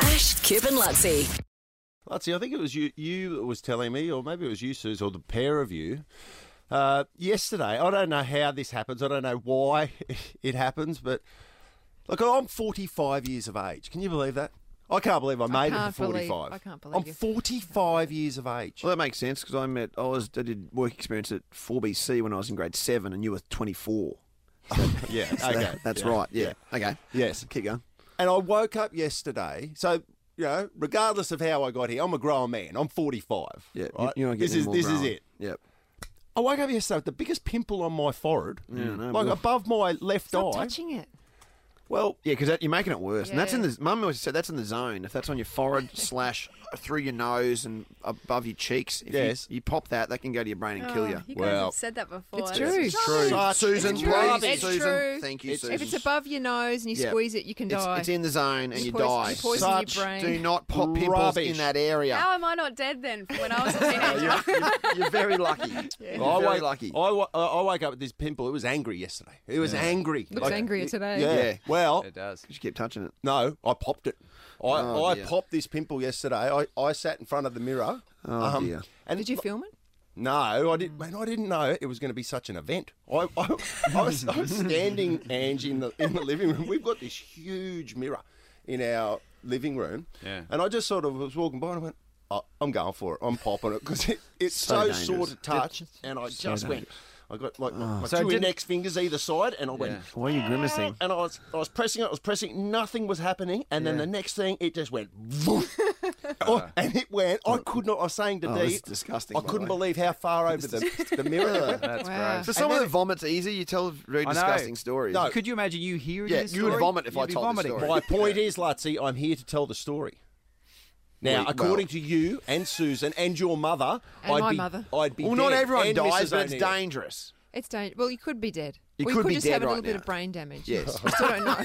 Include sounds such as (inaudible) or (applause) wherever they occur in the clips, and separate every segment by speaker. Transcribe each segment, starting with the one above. Speaker 1: Ash, Kip and Lutzi.
Speaker 2: Lutzi, I think it was you. You that was telling me, or maybe it was you, Suze, or the pair of you. Uh, yesterday, I don't know how this happens. I don't know why (laughs) it happens, but look, I'm 45 years of age. Can you believe that? I can't believe I made it
Speaker 3: can't
Speaker 2: for 45.
Speaker 3: believe- I can't believe
Speaker 2: I'm
Speaker 3: you.
Speaker 2: 45 years of age.
Speaker 4: Well, that makes sense because I met. I was I did work experience at 4BC when I was in grade seven, and you were
Speaker 2: (laughs)
Speaker 4: 24.
Speaker 2: (laughs) yeah,
Speaker 4: That-
Speaker 2: okay,
Speaker 4: that's
Speaker 2: yeah,
Speaker 4: right. Yeah. Okay.
Speaker 2: Yes.
Speaker 4: Keep going.
Speaker 2: And I woke up yesterday. So, you know, regardless of how I got here, I'm a grown man. I'm 45.
Speaker 4: Yeah. you-
Speaker 2: right?
Speaker 4: You're not
Speaker 2: this
Speaker 4: getting
Speaker 2: is
Speaker 4: more
Speaker 2: this is
Speaker 4: growing.
Speaker 2: it.
Speaker 4: Yep.
Speaker 2: I woke up yesterday with the biggest pimple on my forehead,
Speaker 4: no,
Speaker 2: like
Speaker 4: well-
Speaker 2: above my left
Speaker 3: Stop
Speaker 2: eye.
Speaker 3: touching it.
Speaker 4: Well, yeah, because you're making it worse, and that's in
Speaker 3: Yeah.
Speaker 4: the mum always said that's in the zone. If that's on
Speaker 2: (laughs)
Speaker 4: your forehead slash through your nose and above your cheeks, if
Speaker 2: Yes.
Speaker 4: you, you pop that, that can go to your brain and
Speaker 3: Oh,
Speaker 4: kill you.
Speaker 5: Oh, You guys
Speaker 2: Well,
Speaker 5: have said that before.
Speaker 3: It's true.
Speaker 2: It's true.
Speaker 4: Susan, Susan,
Speaker 3: It's true.
Speaker 4: please,
Speaker 3: It's
Speaker 4: Susan.
Speaker 3: true.
Speaker 4: Thank you,
Speaker 2: It's-
Speaker 4: Susan.
Speaker 3: If it's above your nose and you
Speaker 4: Yeah.
Speaker 3: squeeze it, you can
Speaker 4: It's-
Speaker 3: die.
Speaker 4: it's in the zone, and
Speaker 3: You
Speaker 4: you
Speaker 3: poison- you
Speaker 4: die.
Speaker 3: poison your
Speaker 4: Such
Speaker 3: brain.
Speaker 4: do not pop pimples
Speaker 2: Rubbish.
Speaker 4: in that area.
Speaker 5: How am I not dead then from when I was a teenager?
Speaker 4: you're, you're- you're
Speaker 3: (laughs)
Speaker 4: very lucky. You're
Speaker 2: I
Speaker 4: very
Speaker 2: wake,
Speaker 4: lucky.
Speaker 2: I, wa- I I wake up with this pimple. It was angry yesterday. It was angry.
Speaker 3: Looks angrier today.
Speaker 2: Yeah.
Speaker 4: Yeah.
Speaker 2: Well,
Speaker 6: It does.
Speaker 4: Just keep touching it.
Speaker 2: no, I popped it. I,
Speaker 4: Oh,
Speaker 2: I
Speaker 4: dear.
Speaker 2: popped this pimple yesterday. I, I sat in front of the mirror. um,
Speaker 4: Oh dear.
Speaker 2: And
Speaker 3: Did you film it?
Speaker 2: No, I didn't. Man, I didn't know it was going to be such an event. I, I, I, was, I was standing, Ange, in the in the living room. We've got this huge mirror in our living room,
Speaker 6: Yeah.
Speaker 2: and I just sort of was walking by and I went, oh, "I'm going for it. I'm popping it because it, it's
Speaker 4: So
Speaker 2: so,
Speaker 4: dangerous.
Speaker 2: sore to touch." And I just went. I got like my, my
Speaker 6: Ah. So
Speaker 2: two
Speaker 6: did-
Speaker 2: index fingers either side, and I went.
Speaker 6: Yeah.
Speaker 4: Why are you grimacing?
Speaker 2: And I was, I was pressing it, I was pressing it, nothing was happening. And then the next thing, it just went. vroom. (laughs) oh, and it went, I could not, I was saying to
Speaker 4: Oh,
Speaker 2: Dee,
Speaker 4: that's disgusting,
Speaker 2: I
Speaker 4: by the
Speaker 2: couldn't
Speaker 4: way.
Speaker 2: believe how far over (laughs) the, the mirror. it went.
Speaker 6: That's
Speaker 3: Wow.
Speaker 6: gross.
Speaker 4: For someone that vomits easy, you tell very
Speaker 6: I know.
Speaker 4: disgusting stories.
Speaker 2: No.
Speaker 6: Could you imagine you hearing
Speaker 4: Yeah,
Speaker 6: this
Speaker 4: you would
Speaker 6: story?
Speaker 4: vomit if
Speaker 6: You'd
Speaker 4: I
Speaker 6: be
Speaker 4: told this
Speaker 6: vomiting.
Speaker 4: story.
Speaker 2: My point is, Lutzi, I'm here to tell the story. Now,
Speaker 4: We-
Speaker 2: according
Speaker 4: well-
Speaker 2: to you and Susan and your mother,
Speaker 3: And
Speaker 2: I'd
Speaker 3: my
Speaker 2: be,
Speaker 3: mother.
Speaker 2: I'd be
Speaker 4: Well, not
Speaker 2: dead,
Speaker 4: everyone
Speaker 2: and
Speaker 4: dies,
Speaker 2: Mrs.
Speaker 4: but it's
Speaker 2: O'Neill.
Speaker 4: dangerous.
Speaker 3: It's dangerous. Well, you could be dead.
Speaker 4: You
Speaker 3: Or
Speaker 4: could
Speaker 3: could
Speaker 4: be
Speaker 3: just
Speaker 4: dead
Speaker 3: have a little
Speaker 4: right
Speaker 3: bit
Speaker 4: now.
Speaker 3: of brain damage.
Speaker 4: Yes.
Speaker 3: I still don't
Speaker 4: (laughs)
Speaker 3: know.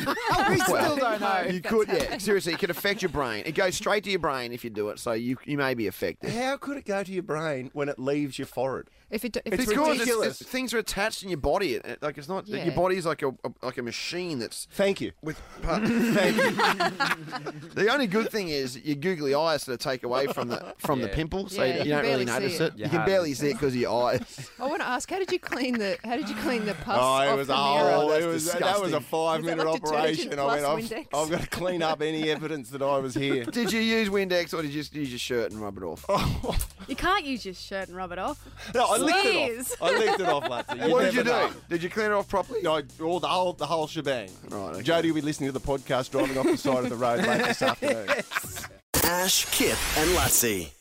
Speaker 3: (laughs)
Speaker 4: we still
Speaker 3: don't know.
Speaker 4: You
Speaker 3: if that's
Speaker 4: could, yeah.
Speaker 3: happening.
Speaker 4: Seriously, it could affect your brain. It goes straight to your brain if you do it, so you you may be affected.
Speaker 2: How could it go to your brain when it leaves your forehead?
Speaker 3: If it, if
Speaker 4: It's
Speaker 3: it's
Speaker 4: because it's,
Speaker 2: ridiculous.
Speaker 4: it's, things are attached in your body. It- it- like it's not
Speaker 3: Yeah.
Speaker 4: your body's like a, a- like a machine that's
Speaker 2: Thank you.
Speaker 4: with. Part, the only good thing is your googly eyes sort of take away from the from (laughs) the
Speaker 6: Yeah.
Speaker 4: pimple, so
Speaker 3: Yeah,
Speaker 4: you,
Speaker 3: you can
Speaker 4: don't really
Speaker 3: barely see
Speaker 4: notice
Speaker 3: it.
Speaker 4: it.
Speaker 6: You
Speaker 4: You can
Speaker 6: hardly
Speaker 4: barely see it because of your eyes.
Speaker 3: I want to ask, how did you clean the how did you clean the pus
Speaker 2: Oh,
Speaker 3: off
Speaker 2: it was
Speaker 3: the
Speaker 2: a
Speaker 3: mirror?
Speaker 2: whole.
Speaker 4: that's
Speaker 2: It was that was a
Speaker 4: disgusting.
Speaker 2: five minute
Speaker 3: like
Speaker 2: operation.
Speaker 3: detergent
Speaker 2: I
Speaker 3: plus
Speaker 2: went. I've,
Speaker 3: Windex?
Speaker 2: I've got to clean up any evidence that I was here.
Speaker 4: Did you use Windex or did you just use your shirt and rub it off?
Speaker 2: Oh,
Speaker 5: You can't use your shirt and rub it off.
Speaker 2: No, I licked
Speaker 5: Please.
Speaker 2: it off. I licked it off, (laughs) Lutzy.
Speaker 4: what did you do?
Speaker 2: never
Speaker 4: Did you clean it off properly?
Speaker 2: know. No, all the whole the whole shebang.
Speaker 4: Right, okay.
Speaker 2: Jody will be listening to the podcast driving off the side of the road late this afternoon.
Speaker 1: Ash, Kip and Lutzi.